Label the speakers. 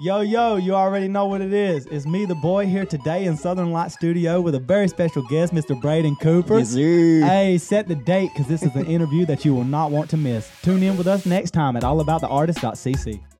Speaker 1: Yo, yo, you already know what it is. It's me, the boy, here today in Southern Light Studio with a very special guest, Mr. Braden Cooper.
Speaker 2: Yes, sir.
Speaker 1: Hey, set the date because this is an interview that you will not want to miss. Tune in with us next time at allabouttheartist.cc.